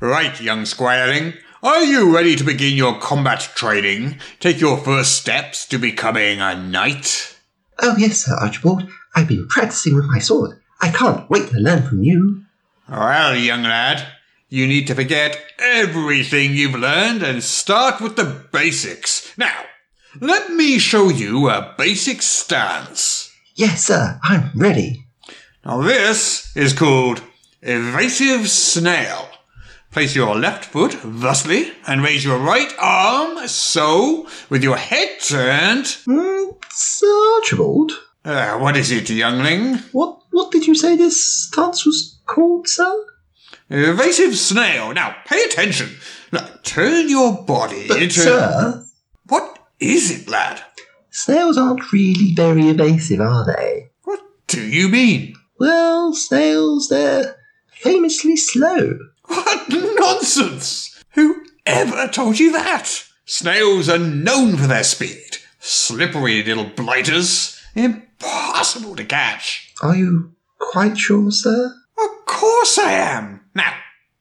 Right, young squireling. Are you ready to begin your combat training? Take your first steps to becoming a knight? Oh, yes, Sir Archibald. I've been practicing with my sword. I can't wait to learn from you. Well, young lad, you need to forget everything you've learned and start with the basics. Now, let me show you a basic stance. Yes, sir, I'm ready. Now, this is called evasive snail. Place your left foot thusly and raise your right arm so, with your head turned. Mm, Sir Archibald, Uh, what is it, youngling? what, what did you say this stance was called, sir? Evasive snail. Now, pay attention. Now, turn your body But, into. sir, What is it, lad? snails aren't really very evasive, are they? What do you mean? Well, snails, they're famously slow. What nonsense! Who ever told you that? Snails are known for their speed. Slippery little blighters. Impossible to catch. Are you quite sure, sir? Of course I am. Now,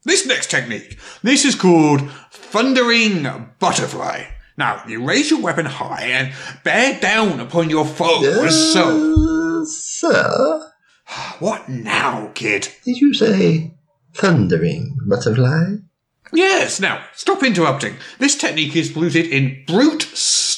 this next technique. This is called thundering butterfly. Now, you raise your weapon high and bear down upon your foe. so, Uh, sir, what now, kid? did you say thundering butterfly? Yes, now, stop interrupting. This technique is rooted in brute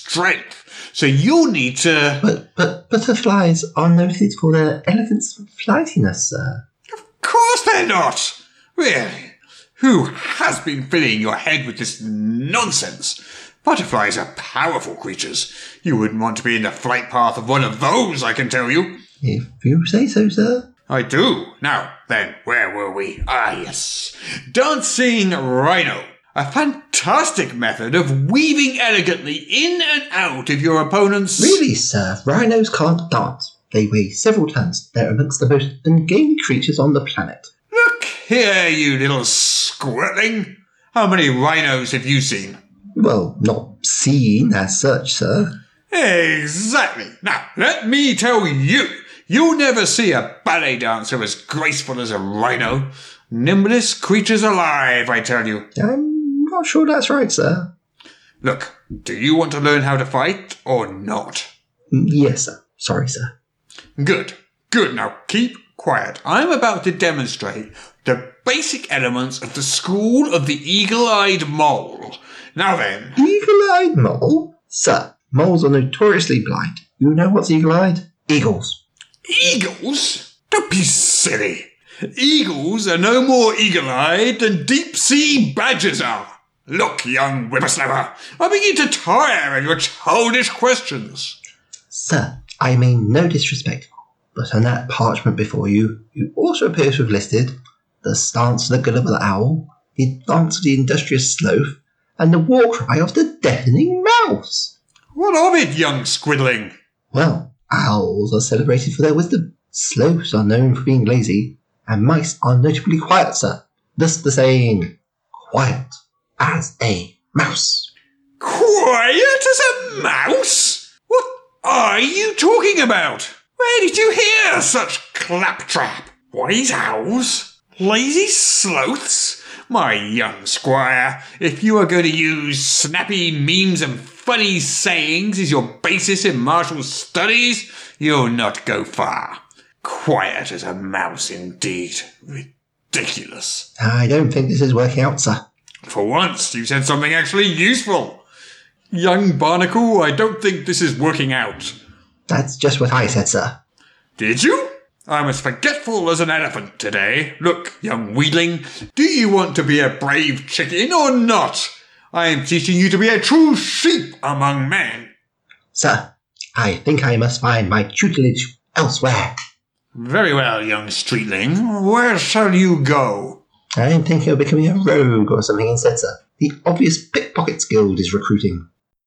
strength. So you'll need to. But but butterflies are noted for their elephant's flightiness, sir. Of course they're not! Really? Who has been filling your head with this nonsense? Butterflies are powerful creatures. You wouldn't want to be in the flight path of one of those, I can tell you. If you say so, sir. I do. Now, then, where were we? Ah, yes. Dancing Rhino. A fantastic method of weaving elegantly in and out of your opponent's. Really, sir, rhinos can't dance. They weigh several tons. They're amongst the most ungainly creatures on the planet. Look here, you little squirtling. How many rhinos have you seen? Well, not seen as such, sir. Exactly. Now, let me tell you, you'll never see a ballet dancer as graceful as a rhino. Nimblest creatures alive, I tell you. I'm not sure that's right, sir. Look, do you want to learn how to fight or not? Mm, Yes, sir. Sorry, sir. Good. Good. Now keep quiet. I'm about to demonstrate the basic elements of the school of the eagle-eyed mole. Now then, Eagle-eyed mole? Sir, moles are notoriously blind. You know what's eagle-eyed? Eagles. eagles? Don't be silly. Eagles are no more eagle-eyed than deep-sea badgers are. Look, young whippersnapper, I begin to tire of your childish questions. Sir, I mean no disrespect, but on that parchment before you, you also appear to have listed the stance of the gullible owl, the dance of the industrious sloth, and the war cry of the deafening mouse. What of it, young squiddling? Well, owls are celebrated for their wisdom, sloths are known for being lazy, and mice are notably quiet, sir. Thus the saying, quiet as a mouse. Quiet as a mouse? What are you talking about? Where did you hear such claptrap? Wise owls? Lazy sloths? My young squire, if you are going to use snappy memes and funny sayings as your basis in martial studies, you'll not go far. Quiet as a mouse, indeed. Ridiculous. I don't think this is working out, sir. For once, you said something actually useful. Young Barnacle, I don't think this is working out. That's just what I said, sir. Did you? I'm as forgetful as an elephant today. Look, young weedling, do you want to be a brave chicken or not? I am teaching you to be a true sheep among men. Sir, I think I must find my tutelage elsewhere. Very well, young streetling. Where shall you go? I'm thinking of becoming a rogue or something instead, sir. The obvious pickpockets guild is recruiting.